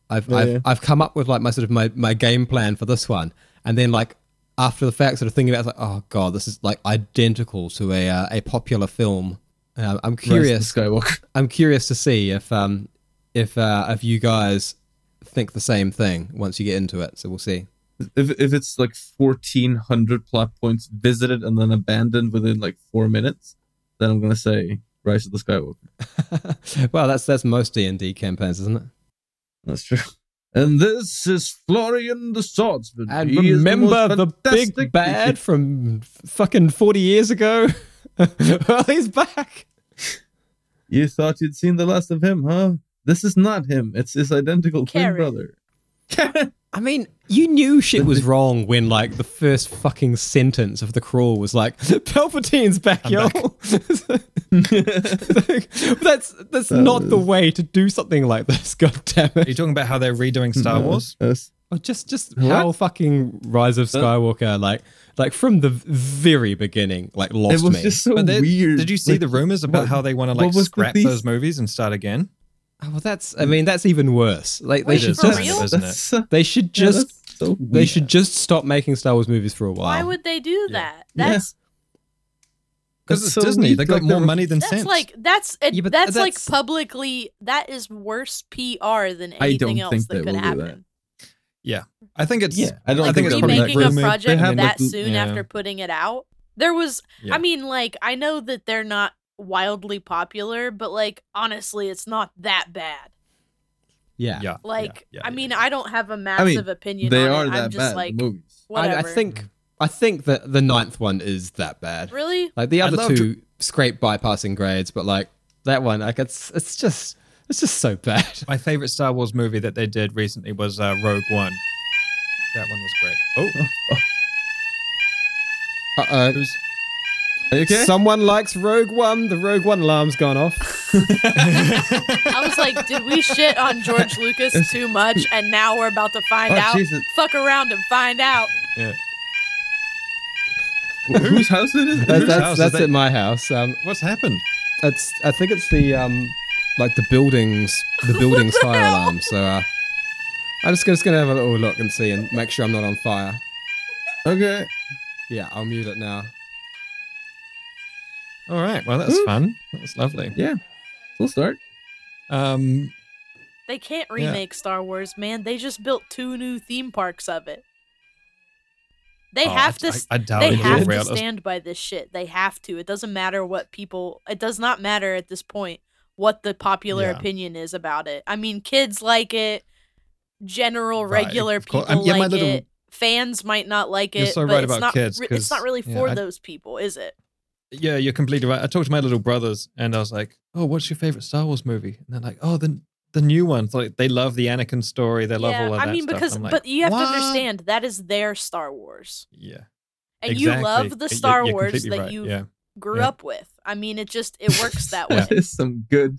[SPEAKER 2] I've, I've,
[SPEAKER 3] yeah.
[SPEAKER 2] I've come up with like my sort of my, my game plan for this one, and then like after the fact, sort of thinking about it, it's like, oh god, this is like identical to a uh, a popular film. Uh, I'm curious.
[SPEAKER 3] Skywalker.
[SPEAKER 2] I'm curious to see if um if uh, if you guys think the same thing once you get into it. So we'll see.
[SPEAKER 3] If if it's like fourteen hundred plot points visited and then abandoned within like four minutes, then I'm gonna say Rise of the Skywalker.
[SPEAKER 2] well, that's that's most D and D campaigns, isn't it?
[SPEAKER 3] That's true. And this is Florian the Swordsman.
[SPEAKER 2] And
[SPEAKER 3] He is
[SPEAKER 2] remember
[SPEAKER 3] most
[SPEAKER 2] the,
[SPEAKER 3] fantastic-
[SPEAKER 2] big bad from fucking 40 years ago? well, he's back.
[SPEAKER 3] You thought you'd seen the last of him, huh? This is not him. It's his identical
[SPEAKER 1] Karen.
[SPEAKER 3] twin brother.
[SPEAKER 2] I mean, you knew shit was wrong when, like, the first fucking sentence of the crawl was like, Palpatine's back, yo. that's that's not the way to do something like this, god damn
[SPEAKER 4] Are
[SPEAKER 2] Uh, it.
[SPEAKER 4] you talking about how they're redoing Star
[SPEAKER 3] Mm-hmm.
[SPEAKER 4] Wars?
[SPEAKER 3] Yes.
[SPEAKER 2] Or just just how fucking Rise of Skywalker, like, like from the very beginning, like, lost
[SPEAKER 3] It was
[SPEAKER 2] me.
[SPEAKER 3] just so
[SPEAKER 4] But they-
[SPEAKER 3] weird.
[SPEAKER 4] Did you see
[SPEAKER 3] Like,
[SPEAKER 4] the rumors about
[SPEAKER 3] what-
[SPEAKER 4] how they want to
[SPEAKER 3] what
[SPEAKER 4] like
[SPEAKER 3] was the
[SPEAKER 4] scrap
[SPEAKER 3] these-
[SPEAKER 4] those movies and start again?
[SPEAKER 2] Oh, well, that's. I mean, that's even worse. Like they
[SPEAKER 1] Wait,
[SPEAKER 2] should
[SPEAKER 1] for
[SPEAKER 2] just.
[SPEAKER 1] real?
[SPEAKER 4] isn't
[SPEAKER 3] that's
[SPEAKER 4] it?
[SPEAKER 3] so-
[SPEAKER 2] They should
[SPEAKER 3] yeah,
[SPEAKER 2] just.
[SPEAKER 3] that's
[SPEAKER 2] they
[SPEAKER 3] so weird.
[SPEAKER 2] should just stop making Star Wars movies for a while.
[SPEAKER 1] Why would they do that?
[SPEAKER 3] Yeah.
[SPEAKER 1] That's
[SPEAKER 4] Because
[SPEAKER 3] That's
[SPEAKER 4] it's
[SPEAKER 3] so
[SPEAKER 4] Disney. They
[SPEAKER 3] weak,
[SPEAKER 4] got
[SPEAKER 3] like,
[SPEAKER 4] more
[SPEAKER 3] they were-
[SPEAKER 4] money than
[SPEAKER 1] that's
[SPEAKER 4] sense.
[SPEAKER 1] like that's it,
[SPEAKER 2] Yeah, but
[SPEAKER 1] that's, like
[SPEAKER 2] that's-
[SPEAKER 1] publicly that is worse PR than anything
[SPEAKER 3] I don't
[SPEAKER 1] else
[SPEAKER 3] think
[SPEAKER 1] that
[SPEAKER 3] they
[SPEAKER 1] could
[SPEAKER 3] will do that.
[SPEAKER 1] happen.
[SPEAKER 4] I think it's.
[SPEAKER 3] Yeah, I don't
[SPEAKER 4] I think
[SPEAKER 3] think,
[SPEAKER 4] it's
[SPEAKER 3] they'll do that.
[SPEAKER 1] Remaking a
[SPEAKER 4] Rumored-
[SPEAKER 1] project
[SPEAKER 3] have,
[SPEAKER 1] that
[SPEAKER 3] like, l-
[SPEAKER 1] soon
[SPEAKER 4] yeah.
[SPEAKER 1] after putting it out. There was
[SPEAKER 4] Yeah.
[SPEAKER 1] I mean like I know that they're not wildly popular, but like honestly it's not that bad.
[SPEAKER 2] Yeah.
[SPEAKER 4] Yeah.
[SPEAKER 1] Like
[SPEAKER 4] yeah,
[SPEAKER 1] I
[SPEAKER 4] yeah.
[SPEAKER 1] mean I don't have a massive opinion
[SPEAKER 3] They
[SPEAKER 1] on
[SPEAKER 3] are
[SPEAKER 1] it.
[SPEAKER 3] that
[SPEAKER 1] I'm just
[SPEAKER 3] bad.
[SPEAKER 1] like
[SPEAKER 3] the movies.
[SPEAKER 2] I,
[SPEAKER 1] whatever.
[SPEAKER 2] I think. I think that the ninth one is that bad.
[SPEAKER 1] really
[SPEAKER 2] Like the
[SPEAKER 4] I
[SPEAKER 2] other
[SPEAKER 4] loved-
[SPEAKER 2] two scrape bypassing grades, but like that one, like it's it's just it's just so bad.
[SPEAKER 4] My favorite Star Wars movie that they did recently was uh, Rogue One. That one was great. Oh,
[SPEAKER 2] Uh oh.
[SPEAKER 4] who's
[SPEAKER 3] Are you okay?
[SPEAKER 2] Someone likes Rogue One. The Rogue One alarm's gone off.
[SPEAKER 1] I was like, did we shit on George Lucas too much and now we're about to find
[SPEAKER 3] Oh,
[SPEAKER 1] out?
[SPEAKER 3] Jesus.
[SPEAKER 1] Fuck around and find out.
[SPEAKER 3] Wh- Whose house it is?
[SPEAKER 2] That's
[SPEAKER 4] house
[SPEAKER 2] that's,
[SPEAKER 4] is
[SPEAKER 2] that's
[SPEAKER 4] that?
[SPEAKER 2] at my house. Um,
[SPEAKER 4] what's happened?
[SPEAKER 2] it's I think it's the um like the buildings the buildings fire
[SPEAKER 1] hell?
[SPEAKER 2] alarm. So uh, I'm just just gonna have a little look and see and make sure I'm not on fire.
[SPEAKER 3] okay.
[SPEAKER 2] Yeah, I'll mute it now.
[SPEAKER 4] All right. Well,
[SPEAKER 3] Hmm?
[SPEAKER 4] that's fun. That was lovely.
[SPEAKER 3] We'll start.
[SPEAKER 4] Um,
[SPEAKER 1] They can't
[SPEAKER 4] Yeah.
[SPEAKER 1] remake Star Wars, man. They just built two new theme parks of it. They
[SPEAKER 4] oh,
[SPEAKER 1] have
[SPEAKER 4] I,
[SPEAKER 1] to
[SPEAKER 4] I, I doubt
[SPEAKER 1] they
[SPEAKER 4] it.
[SPEAKER 1] have
[SPEAKER 4] Real-
[SPEAKER 1] to stand by this shit. They have to. It doesn't matter what people. It does not matter at this point what the popular
[SPEAKER 4] Yeah.
[SPEAKER 1] opinion is about it. I mean, kids like it. General
[SPEAKER 4] Right,
[SPEAKER 1] regular
[SPEAKER 4] of course.
[SPEAKER 1] people
[SPEAKER 4] Um, yeah, my
[SPEAKER 1] like
[SPEAKER 4] little-
[SPEAKER 1] it. Fans might not like it.
[SPEAKER 4] You're so
[SPEAKER 1] but
[SPEAKER 4] right
[SPEAKER 1] it's
[SPEAKER 4] about
[SPEAKER 1] not,
[SPEAKER 4] kids,
[SPEAKER 1] re- it's not
[SPEAKER 4] 'cause,
[SPEAKER 1] really
[SPEAKER 4] yeah,
[SPEAKER 1] for
[SPEAKER 4] I-
[SPEAKER 1] those people, is it?
[SPEAKER 4] yeah, you're completely right. I talked to my little brothers and I was like, "Oh, what's your favorite Star Wars movie?" And they're like, "Oh, the the new ones. Like they love the Anakin story. They love all of that
[SPEAKER 1] I mean,
[SPEAKER 4] stuff."
[SPEAKER 1] because
[SPEAKER 4] I'm like,
[SPEAKER 1] but you have
[SPEAKER 4] "What?"
[SPEAKER 1] to understand that is their Star Wars,
[SPEAKER 4] Yeah.
[SPEAKER 1] and
[SPEAKER 4] exactly.
[SPEAKER 1] you love the
[SPEAKER 4] You're-
[SPEAKER 1] Star
[SPEAKER 4] you're
[SPEAKER 1] Wars
[SPEAKER 4] completely
[SPEAKER 1] that
[SPEAKER 4] right,
[SPEAKER 1] you
[SPEAKER 4] Yeah.
[SPEAKER 1] grew
[SPEAKER 4] Yeah.
[SPEAKER 1] up with. I mean, it just it works that way.
[SPEAKER 4] Yeah.
[SPEAKER 3] That is some good.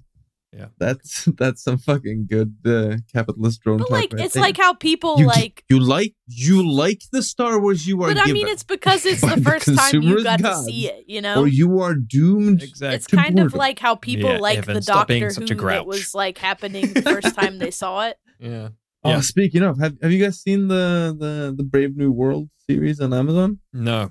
[SPEAKER 4] Yeah.
[SPEAKER 3] That's that's some fucking good uh, capitalist drone
[SPEAKER 1] But
[SPEAKER 3] talk
[SPEAKER 1] like,
[SPEAKER 3] right
[SPEAKER 1] it's
[SPEAKER 3] there.
[SPEAKER 1] like how people
[SPEAKER 3] you, g-
[SPEAKER 1] like
[SPEAKER 3] you like you like the Star Wars you are
[SPEAKER 1] But I
[SPEAKER 3] given,
[SPEAKER 1] mean, it's because it's
[SPEAKER 3] by
[SPEAKER 1] the
[SPEAKER 3] the
[SPEAKER 1] first time you
[SPEAKER 3] consumer's
[SPEAKER 1] got to
[SPEAKER 3] gods,
[SPEAKER 1] see it, you
[SPEAKER 3] or
[SPEAKER 1] know.
[SPEAKER 3] you are doomed.
[SPEAKER 4] Exactly.
[SPEAKER 1] It's kind of
[SPEAKER 3] boredom.
[SPEAKER 1] like how people
[SPEAKER 4] Yeah,
[SPEAKER 1] like the
[SPEAKER 4] Evan, stop being
[SPEAKER 1] Doctor
[SPEAKER 4] such
[SPEAKER 1] Who
[SPEAKER 4] a
[SPEAKER 1] that
[SPEAKER 4] grouch.
[SPEAKER 1] was like happening the first time they saw it.
[SPEAKER 4] yeah.
[SPEAKER 3] Oh,
[SPEAKER 4] Yeah.
[SPEAKER 3] speaking of, have, have you guys seen the, the the Brave New World series on Amazon?
[SPEAKER 4] No,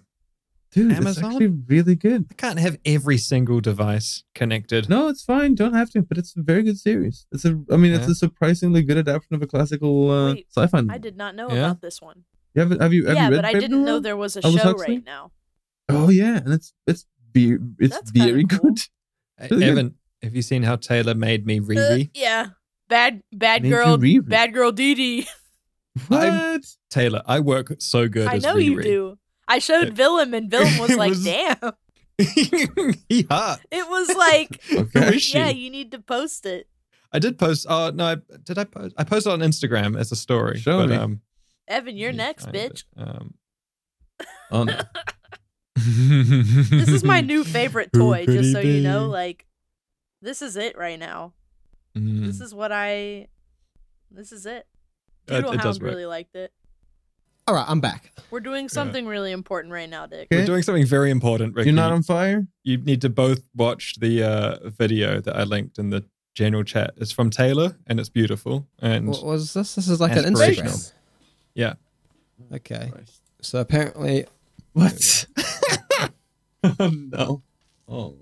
[SPEAKER 3] Dude, it's
[SPEAKER 4] Amazon?
[SPEAKER 3] actually really good.
[SPEAKER 4] I can't have every single device connected.
[SPEAKER 3] No, it's fine. Don't have to, but it's a very good series. It's a, I mean, it's
[SPEAKER 4] Yeah.
[SPEAKER 3] a surprisingly good adaptation of a classical uh,
[SPEAKER 1] Wait,
[SPEAKER 3] sci-fi.
[SPEAKER 1] I
[SPEAKER 3] novel.
[SPEAKER 1] did not know
[SPEAKER 4] Yeah.
[SPEAKER 1] about this one.
[SPEAKER 3] You haven't, have you? Have
[SPEAKER 1] yeah,
[SPEAKER 3] you read
[SPEAKER 1] but I
[SPEAKER 3] Brave New
[SPEAKER 1] didn't know
[SPEAKER 3] World?
[SPEAKER 1] there was a
[SPEAKER 3] Aldous
[SPEAKER 1] show
[SPEAKER 3] Huxley?
[SPEAKER 1] right now.
[SPEAKER 3] Oh yeah, and it's it's be it's
[SPEAKER 1] That's kinda
[SPEAKER 3] very
[SPEAKER 1] cool.
[SPEAKER 3] good.
[SPEAKER 4] Hey,
[SPEAKER 3] Really good.
[SPEAKER 4] Evan, have you seen how Taylor made me
[SPEAKER 1] Uh,
[SPEAKER 4] Reeve?
[SPEAKER 1] yeah, bad bad
[SPEAKER 3] Made you
[SPEAKER 1] girl,
[SPEAKER 3] Riri.
[SPEAKER 1] bad girl Dee Dee.
[SPEAKER 4] I'm-
[SPEAKER 3] What?
[SPEAKER 4] Taylor, I work so good
[SPEAKER 1] I
[SPEAKER 4] as
[SPEAKER 1] know you do. I showed Willem, and Willem was
[SPEAKER 4] It
[SPEAKER 1] like,
[SPEAKER 4] was-
[SPEAKER 1] "Damn!"
[SPEAKER 4] do. he hot.
[SPEAKER 1] It was like,
[SPEAKER 4] Who
[SPEAKER 3] Okay.
[SPEAKER 4] is she?
[SPEAKER 1] "Yeah, you need to post it."
[SPEAKER 4] I did post. Oh no, I, did I post? I posted on Instagram as a story.
[SPEAKER 3] Show me.
[SPEAKER 4] Um,
[SPEAKER 1] Evan, you're
[SPEAKER 4] you
[SPEAKER 1] next,
[SPEAKER 4] find it.
[SPEAKER 1] bitch.
[SPEAKER 4] Um,
[SPEAKER 3] Oh, no.
[SPEAKER 1] This
[SPEAKER 4] this
[SPEAKER 1] is my new favorite
[SPEAKER 4] Who
[SPEAKER 1] toy,
[SPEAKER 4] could
[SPEAKER 1] just
[SPEAKER 4] he
[SPEAKER 1] so you know.
[SPEAKER 4] be?
[SPEAKER 1] Like, this is it right now.
[SPEAKER 4] Mm,
[SPEAKER 1] This is what I. This is it.
[SPEAKER 4] it, it does
[SPEAKER 1] Doodlehound
[SPEAKER 4] work.
[SPEAKER 1] really liked it.
[SPEAKER 2] All right, I'm back.
[SPEAKER 1] We're doing something really important right now, Dick.
[SPEAKER 3] Okay.
[SPEAKER 4] We're doing something very important, Ricky.
[SPEAKER 3] You're not on fire.
[SPEAKER 4] you need to both watch the uh, video that I linked in the general chat. It's from Taylor and it's beautiful. And
[SPEAKER 2] What was this? This is like an
[SPEAKER 4] Aspirational.
[SPEAKER 2] Instagram.
[SPEAKER 4] yeah,
[SPEAKER 2] Okay. So apparently,
[SPEAKER 3] What? oh no. Oh.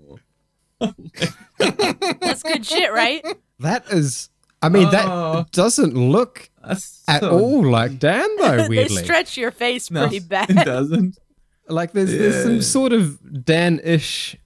[SPEAKER 1] That's good shit, right?
[SPEAKER 2] that is. I mean,
[SPEAKER 3] Oh.
[SPEAKER 2] that doesn't look
[SPEAKER 3] That's
[SPEAKER 2] at
[SPEAKER 3] so-
[SPEAKER 2] all like Dan though.
[SPEAKER 1] they
[SPEAKER 2] Weirdly,
[SPEAKER 1] stretch your face
[SPEAKER 3] No,
[SPEAKER 1] pretty
[SPEAKER 3] It
[SPEAKER 1] bad.
[SPEAKER 3] doesn't.
[SPEAKER 2] like there's there's some
[SPEAKER 3] Yeah.
[SPEAKER 2] sort of Dan-ish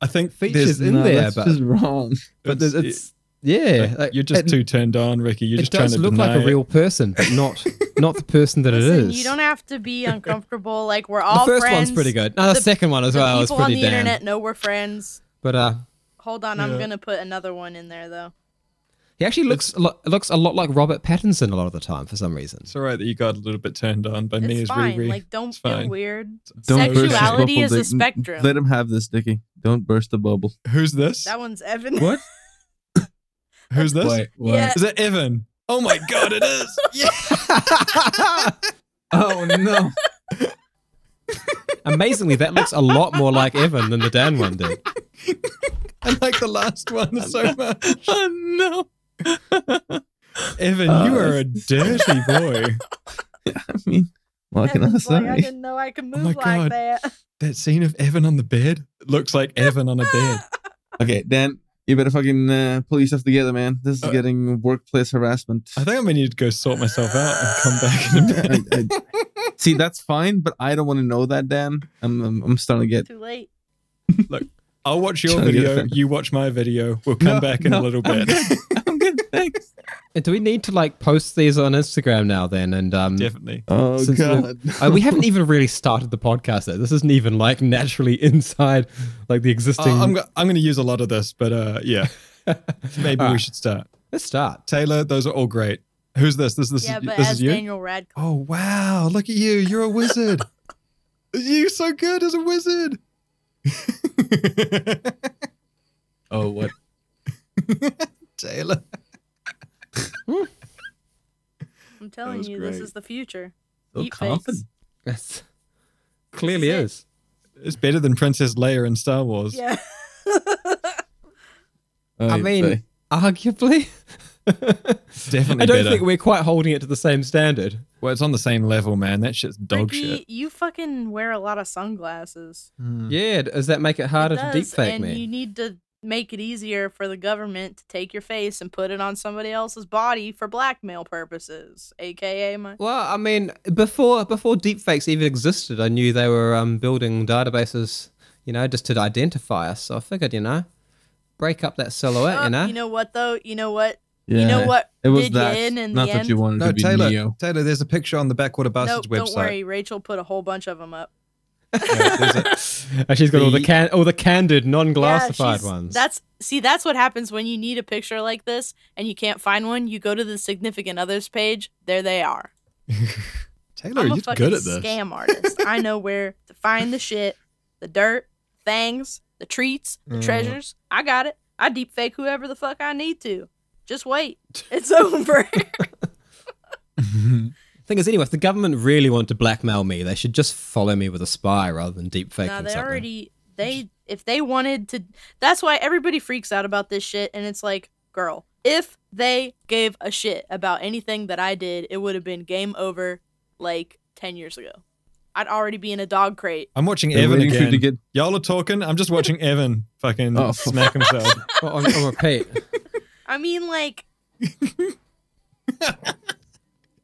[SPEAKER 4] I think
[SPEAKER 2] features in
[SPEAKER 3] no,
[SPEAKER 2] there,
[SPEAKER 3] that's
[SPEAKER 2] but
[SPEAKER 3] just wrong.
[SPEAKER 2] but there's,
[SPEAKER 4] It's-
[SPEAKER 2] it's Yeah,
[SPEAKER 4] Like,
[SPEAKER 2] like,
[SPEAKER 4] you're just
[SPEAKER 2] it,
[SPEAKER 4] too turned on, Ricky. You're
[SPEAKER 2] It
[SPEAKER 4] just trying
[SPEAKER 2] does
[SPEAKER 4] to
[SPEAKER 2] look
[SPEAKER 4] deny
[SPEAKER 2] like a
[SPEAKER 4] it.
[SPEAKER 2] real person, but not not the person that it
[SPEAKER 1] Listen,
[SPEAKER 2] is.
[SPEAKER 1] you don't have to be uncomfortable. Like we're
[SPEAKER 2] the
[SPEAKER 1] all
[SPEAKER 2] first
[SPEAKER 1] friends.
[SPEAKER 2] one's pretty good. No, the,
[SPEAKER 1] The-
[SPEAKER 2] second one as
[SPEAKER 1] The
[SPEAKER 2] well is
[SPEAKER 1] people on
[SPEAKER 2] pretty
[SPEAKER 1] the
[SPEAKER 2] damn.
[SPEAKER 1] internet know we're friends.
[SPEAKER 2] But uh,
[SPEAKER 1] Hold on, I'm
[SPEAKER 5] Yeah.
[SPEAKER 1] gonna put another one in there though.
[SPEAKER 2] he actually looks a lo- looks a lot like Robert Pattinson a lot of the time for some reason.
[SPEAKER 4] It's all right that you got a little bit turned on by me
[SPEAKER 1] It's
[SPEAKER 4] as
[SPEAKER 1] fine.
[SPEAKER 4] Riri.
[SPEAKER 1] Like, don't
[SPEAKER 4] It's
[SPEAKER 1] feel
[SPEAKER 4] fine.
[SPEAKER 1] weird.
[SPEAKER 3] Don't burst his
[SPEAKER 1] Sexuality
[SPEAKER 3] bubble,
[SPEAKER 1] is a
[SPEAKER 3] Dick.
[SPEAKER 1] spectrum.
[SPEAKER 3] Let him have this, Dicky. Don't burst the bubble.
[SPEAKER 4] Who's this?
[SPEAKER 1] That one's Evan.
[SPEAKER 3] What?
[SPEAKER 4] Who's this?
[SPEAKER 3] what?
[SPEAKER 1] Yeah.
[SPEAKER 4] Is it Evan? Oh my god, it is! Yeah.
[SPEAKER 3] Oh no!
[SPEAKER 2] Amazingly, that looks a lot more like Evan than the Dan one did.
[SPEAKER 4] I like the last one so much.
[SPEAKER 3] oh no!
[SPEAKER 4] Evan,
[SPEAKER 3] Uh.
[SPEAKER 4] you are a dirty boy.
[SPEAKER 3] I mean, what can I
[SPEAKER 1] Evan's like, I
[SPEAKER 3] say?
[SPEAKER 1] didn't know I could
[SPEAKER 4] Oh
[SPEAKER 1] move
[SPEAKER 4] my
[SPEAKER 1] like
[SPEAKER 4] God.
[SPEAKER 1] that.
[SPEAKER 4] that scene of Evan on the bed looks like Evan on a bed.
[SPEAKER 3] Okay, Dan, you better fucking uh, pull yourself together, man. This is
[SPEAKER 4] Uh,
[SPEAKER 3] getting workplace harassment.
[SPEAKER 4] I think I'm gonna need to go sort myself out and come back in a bit.
[SPEAKER 3] I- I- see, that's fine, but I don't want to know that, Dan. I'm, I'm, I'm starting to get.
[SPEAKER 1] Too late.
[SPEAKER 4] I'll watch your
[SPEAKER 3] Trying to get
[SPEAKER 4] video,
[SPEAKER 3] offended.
[SPEAKER 4] you watch my video, we'll come
[SPEAKER 3] No,
[SPEAKER 4] back in a
[SPEAKER 3] no,
[SPEAKER 4] little
[SPEAKER 3] I'm
[SPEAKER 4] bit.
[SPEAKER 3] good. I'm good. Thanks.
[SPEAKER 2] And do we need to like post these on Instagram now then? And um,
[SPEAKER 4] Definitely.
[SPEAKER 3] Oh
[SPEAKER 2] Since we-
[SPEAKER 3] god.
[SPEAKER 2] uh, we haven't even really started the podcast yet. This isn't even like naturally inside like the existing.
[SPEAKER 4] Oh, I'm, go- I'm gonna use a lot of this, but uh, yeah, maybe we
[SPEAKER 3] Ah.
[SPEAKER 2] Alright.
[SPEAKER 4] should start.
[SPEAKER 2] Let's start.
[SPEAKER 4] Taylor, those are all great. Who's this? This this
[SPEAKER 1] yeah,
[SPEAKER 4] is
[SPEAKER 1] but
[SPEAKER 4] this
[SPEAKER 1] as
[SPEAKER 4] is you.
[SPEAKER 1] Daniel Radcliffe.
[SPEAKER 4] Oh wow! Look at you. You're a wizard. You're so good as a wizard.
[SPEAKER 3] Oh what?
[SPEAKER 4] Taylor.
[SPEAKER 1] I'm telling
[SPEAKER 3] was
[SPEAKER 1] you, this
[SPEAKER 3] great.
[SPEAKER 1] is the future.
[SPEAKER 3] So
[SPEAKER 1] Deepfakes.
[SPEAKER 3] confident.
[SPEAKER 2] That's clearly
[SPEAKER 1] Sick.
[SPEAKER 2] is.
[SPEAKER 4] It's better than Princess Leia in Star Wars.
[SPEAKER 1] Yeah.
[SPEAKER 2] I
[SPEAKER 3] Oy
[SPEAKER 2] mean,
[SPEAKER 3] vey.
[SPEAKER 2] arguably.
[SPEAKER 4] Definitely
[SPEAKER 2] I don't
[SPEAKER 4] better.
[SPEAKER 2] think we're quite holding it to the same standard.
[SPEAKER 4] well, it's on the same level, man. That shit's dog
[SPEAKER 1] Ricky,
[SPEAKER 4] shit.
[SPEAKER 1] you fucking wear a lot of sunglasses.
[SPEAKER 2] Yeah, does that make it
[SPEAKER 1] It
[SPEAKER 2] harder to
[SPEAKER 1] does,
[SPEAKER 2] deepfake
[SPEAKER 1] and you
[SPEAKER 2] me?
[SPEAKER 1] need to make it easier for the government to take your face and put it on somebody else's body for blackmail purposes, aka my.
[SPEAKER 2] Well, I mean, before before deepfakes even existed, I knew they were um, building databases, you know, just to identify us. So I figured, you know, break up that silhouette,
[SPEAKER 1] Uh,
[SPEAKER 2] you know.
[SPEAKER 1] You know what though? You know what?
[SPEAKER 3] yeah.
[SPEAKER 1] You know what?
[SPEAKER 3] It was
[SPEAKER 1] did
[SPEAKER 3] that.
[SPEAKER 1] you in in
[SPEAKER 3] Not
[SPEAKER 1] the
[SPEAKER 3] that
[SPEAKER 1] end?
[SPEAKER 3] you wanted
[SPEAKER 4] No,
[SPEAKER 3] to be
[SPEAKER 4] Taylor.
[SPEAKER 3] Neo.
[SPEAKER 4] Taylor, there's a picture on the Backwater
[SPEAKER 1] Nope,
[SPEAKER 4] Bastards
[SPEAKER 1] don't
[SPEAKER 4] website.
[SPEAKER 1] worry. Rachel put a whole bunch of them up.
[SPEAKER 4] Yeah, there's a-
[SPEAKER 2] And she's got all the
[SPEAKER 4] The-
[SPEAKER 2] can all the candid, non-glassified
[SPEAKER 1] she's-
[SPEAKER 2] ones.
[SPEAKER 1] That's see, that's what happens when you need a picture like this and you can't find one. You go to the significant others page. There they are.
[SPEAKER 4] Taylor,
[SPEAKER 1] I'm
[SPEAKER 4] you're
[SPEAKER 1] a fucking
[SPEAKER 4] good at this.
[SPEAKER 1] scam artist. I know where to find the shit, the dirt, things, the treats, the
[SPEAKER 4] Mm.
[SPEAKER 1] treasures. I got it. I deep fake whoever the fuck I need to. Just wait. It's over.
[SPEAKER 2] Thing is, anyway, if the government really want to blackmail me, they should just follow me with a spy rather than deepfaking
[SPEAKER 1] No, they
[SPEAKER 2] something.
[SPEAKER 1] already they if they wanted to that's why everybody freaks out about this shit and it's like, girl, if they gave a shit about anything that I did, it would have been game over like 10 years ago. I'd already be in a dog crate.
[SPEAKER 4] I'm watching
[SPEAKER 3] They're
[SPEAKER 4] Evan
[SPEAKER 3] waiting for you
[SPEAKER 4] again.
[SPEAKER 3] to get.
[SPEAKER 4] Y'all are talking. I'm just watching Evan fucking
[SPEAKER 3] Oh, fuck.
[SPEAKER 4] smack himself.
[SPEAKER 2] Well, on,
[SPEAKER 4] oh,
[SPEAKER 2] on repeat.
[SPEAKER 1] I mean like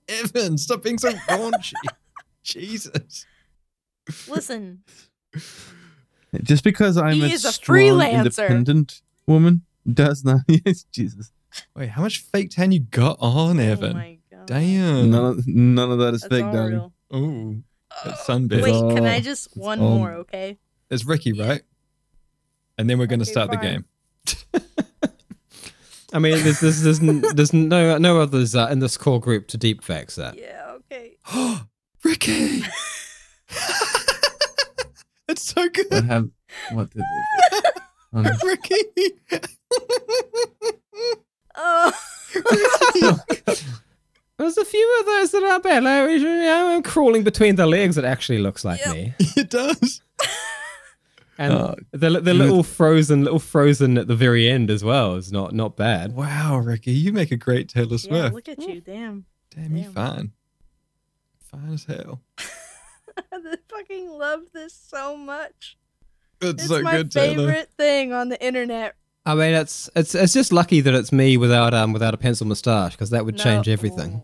[SPEAKER 4] Evan, stop being so raunchy. Jesus.
[SPEAKER 1] listen,
[SPEAKER 4] oh.
[SPEAKER 3] Just because I'm
[SPEAKER 1] He
[SPEAKER 3] a,
[SPEAKER 1] is a
[SPEAKER 3] strong,
[SPEAKER 1] freelancer.
[SPEAKER 3] independent woman does not. Yes, Jesus.
[SPEAKER 4] Wait, how much fake tan you got on,
[SPEAKER 1] oh
[SPEAKER 4] Evan?
[SPEAKER 1] my god.
[SPEAKER 4] Damn.
[SPEAKER 3] None of, none of that is
[SPEAKER 1] That's
[SPEAKER 3] fake,
[SPEAKER 1] all
[SPEAKER 3] darling.
[SPEAKER 1] real.
[SPEAKER 4] Ooh, that
[SPEAKER 1] Uh, Wait,
[SPEAKER 4] sunbed.
[SPEAKER 1] can I
[SPEAKER 3] all-
[SPEAKER 1] just one
[SPEAKER 3] all-
[SPEAKER 1] more, okay?
[SPEAKER 4] It's Ricky, right? And then we're going to
[SPEAKER 1] Okay,
[SPEAKER 4] start the
[SPEAKER 1] fine.
[SPEAKER 4] game.
[SPEAKER 2] I mean, there's there's there's, n- there's no no others uh, in this core group to deepfakes
[SPEAKER 4] uh,
[SPEAKER 2] that.
[SPEAKER 1] Yeah, okay.
[SPEAKER 4] Ricky! it's so
[SPEAKER 3] What
[SPEAKER 4] good,
[SPEAKER 3] have? What did they? Do? Oh, no.
[SPEAKER 4] Ricky!
[SPEAKER 1] Oh,
[SPEAKER 2] There's a few of those that are bad. Like, we should- I'm crawling between the legs. It actually looks like
[SPEAKER 1] Yep.
[SPEAKER 2] me.
[SPEAKER 4] it does.
[SPEAKER 2] And
[SPEAKER 3] Oh,
[SPEAKER 2] the the little frozen little frozen at the very end as well is not not bad.
[SPEAKER 4] Wow, Ricky, you make a great Taylor Swift.
[SPEAKER 1] yeah, look at you, damn.
[SPEAKER 4] Damn, you
[SPEAKER 1] Damn.
[SPEAKER 4] fine. Fine as hell.
[SPEAKER 1] I fucking love this so much.
[SPEAKER 4] It's,
[SPEAKER 1] It's
[SPEAKER 4] so
[SPEAKER 1] my
[SPEAKER 4] good, Taylor.
[SPEAKER 1] favorite thing on the internet.
[SPEAKER 2] I mean, it's it's it's just lucky that it's me without um without a pencil moustache because that would
[SPEAKER 1] No.
[SPEAKER 2] change everything.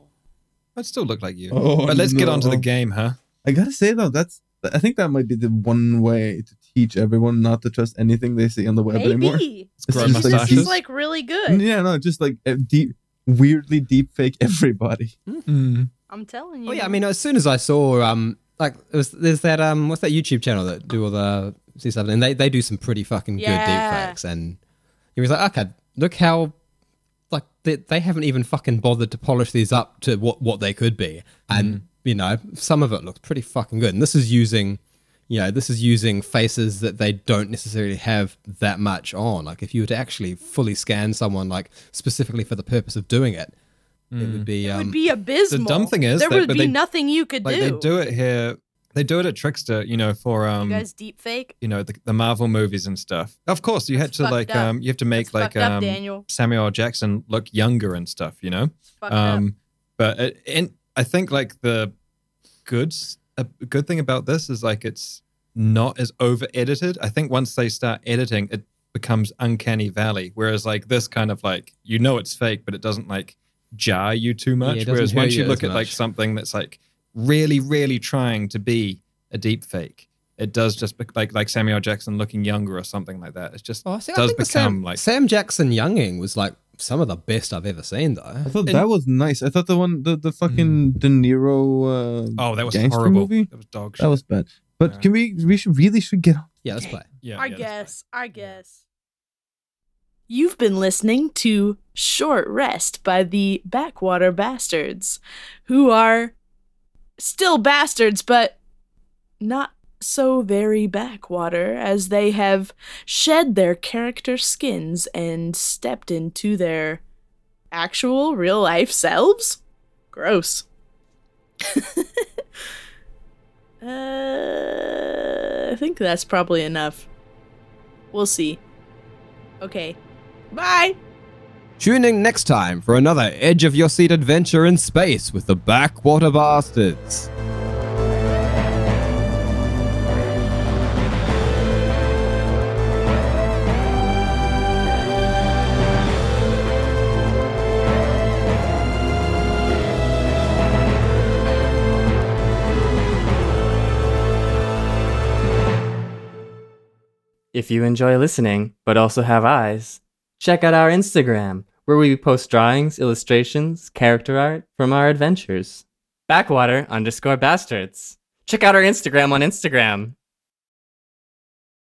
[SPEAKER 4] I'd still look like you.
[SPEAKER 3] Oh,
[SPEAKER 4] but let's get on to the
[SPEAKER 3] no.
[SPEAKER 4] game, huh?
[SPEAKER 3] I gotta say though, that's. I think that might be the one way to teach everyone not to trust anything they see on the web anymore.
[SPEAKER 1] Maybe.
[SPEAKER 3] It's
[SPEAKER 4] Grow
[SPEAKER 3] just like-
[SPEAKER 1] This
[SPEAKER 4] mustaches.
[SPEAKER 1] is like really good.
[SPEAKER 3] Yeah, no, just like a deep, weirdly deep fake everybody.
[SPEAKER 4] Mm.
[SPEAKER 1] I'm telling you.
[SPEAKER 2] Well, Oh, yeah, I mean, as soon as I saw, um, like, it was, there's that, um, what's that YouTube channel that do all the see stuff, and they, they do some pretty fucking
[SPEAKER 1] Yeah.
[SPEAKER 2] good deepfakes, and it was like, okay, look how, like, they, they haven't even fucking bothered to polish these up to what what they could be, and you know, some of it looks pretty fucking good, and this is using, you know, this is using faces that they don't necessarily have that much on. Like, if you were to actually fully scan someone, like, specifically for the purpose of doing it, it
[SPEAKER 4] Mm.
[SPEAKER 2] would be,
[SPEAKER 1] it
[SPEAKER 2] um,
[SPEAKER 1] would be abysmal.
[SPEAKER 4] dumb thing is
[SPEAKER 1] there
[SPEAKER 4] that-
[SPEAKER 1] would
[SPEAKER 4] but
[SPEAKER 1] be
[SPEAKER 4] they-
[SPEAKER 1] nothing you could
[SPEAKER 4] Like
[SPEAKER 1] do.
[SPEAKER 4] they do it here. They do it at Trickster, you know, for um,
[SPEAKER 1] you
[SPEAKER 4] you,
[SPEAKER 1] guys deep fake.
[SPEAKER 4] know, the, the Marvel movies and stuff. Of course, you had
[SPEAKER 1] It's
[SPEAKER 4] to
[SPEAKER 1] fucked
[SPEAKER 4] like
[SPEAKER 1] up.
[SPEAKER 4] um, you have to make
[SPEAKER 1] It's
[SPEAKER 4] like
[SPEAKER 1] fucked up,
[SPEAKER 4] um,
[SPEAKER 1] Daniel.
[SPEAKER 4] Samuel L. Jackson look younger and stuff, you know.
[SPEAKER 1] It's fucked up.
[SPEAKER 4] Um, but it, and I think like the good s- a good thing about this is like it's not as over edited. I think once they start editing, it becomes uncanny valley. Whereas like this kind of like you know it's fake, but it doesn't like jar you too much.
[SPEAKER 2] it doesn't
[SPEAKER 4] Whereas
[SPEAKER 2] hurt
[SPEAKER 4] once
[SPEAKER 2] you
[SPEAKER 4] you
[SPEAKER 2] as
[SPEAKER 4] look at like
[SPEAKER 2] much.
[SPEAKER 4] something that's like really really trying to be a deep fake, it does just bec- like like Samuel Jackson looking younger or something like that. It's just
[SPEAKER 2] Oh, I see, I
[SPEAKER 4] does
[SPEAKER 2] think the Sam,
[SPEAKER 4] become like
[SPEAKER 2] Sam Jackson Younging was like some of the best I've ever seen, though.
[SPEAKER 3] I thought
[SPEAKER 4] And-
[SPEAKER 3] that was nice. I thought the one, the, the fucking De Niro. Uh,
[SPEAKER 4] oh that was
[SPEAKER 3] gangster
[SPEAKER 4] horrible.
[SPEAKER 3] movie?
[SPEAKER 4] That was dog shit.
[SPEAKER 3] That was bad. But
[SPEAKER 4] Oh, Yeah.
[SPEAKER 3] can we? We should really should get. on-
[SPEAKER 2] Yeah, let's play.
[SPEAKER 4] yeah,
[SPEAKER 1] I
[SPEAKER 4] yeah, that's
[SPEAKER 1] guess. I guess. You've been listening to Short Rest by the Backwater Bastards, who are still bastards, but not so very backwater, as they have shed their character skins and stepped into their actual real life selves? Gross. uh, I think that's probably enough. We'll see. Okay. Bye!
[SPEAKER 2] Tune in next time for another edge of your seat adventure in space with the Backwater Bastards.
[SPEAKER 6] If you enjoy listening, but also have eyes, check out our Instagram, where we post drawings, illustrations, character art from our adventures. Backwater underscore bastards. Check out our Instagram on Instagram.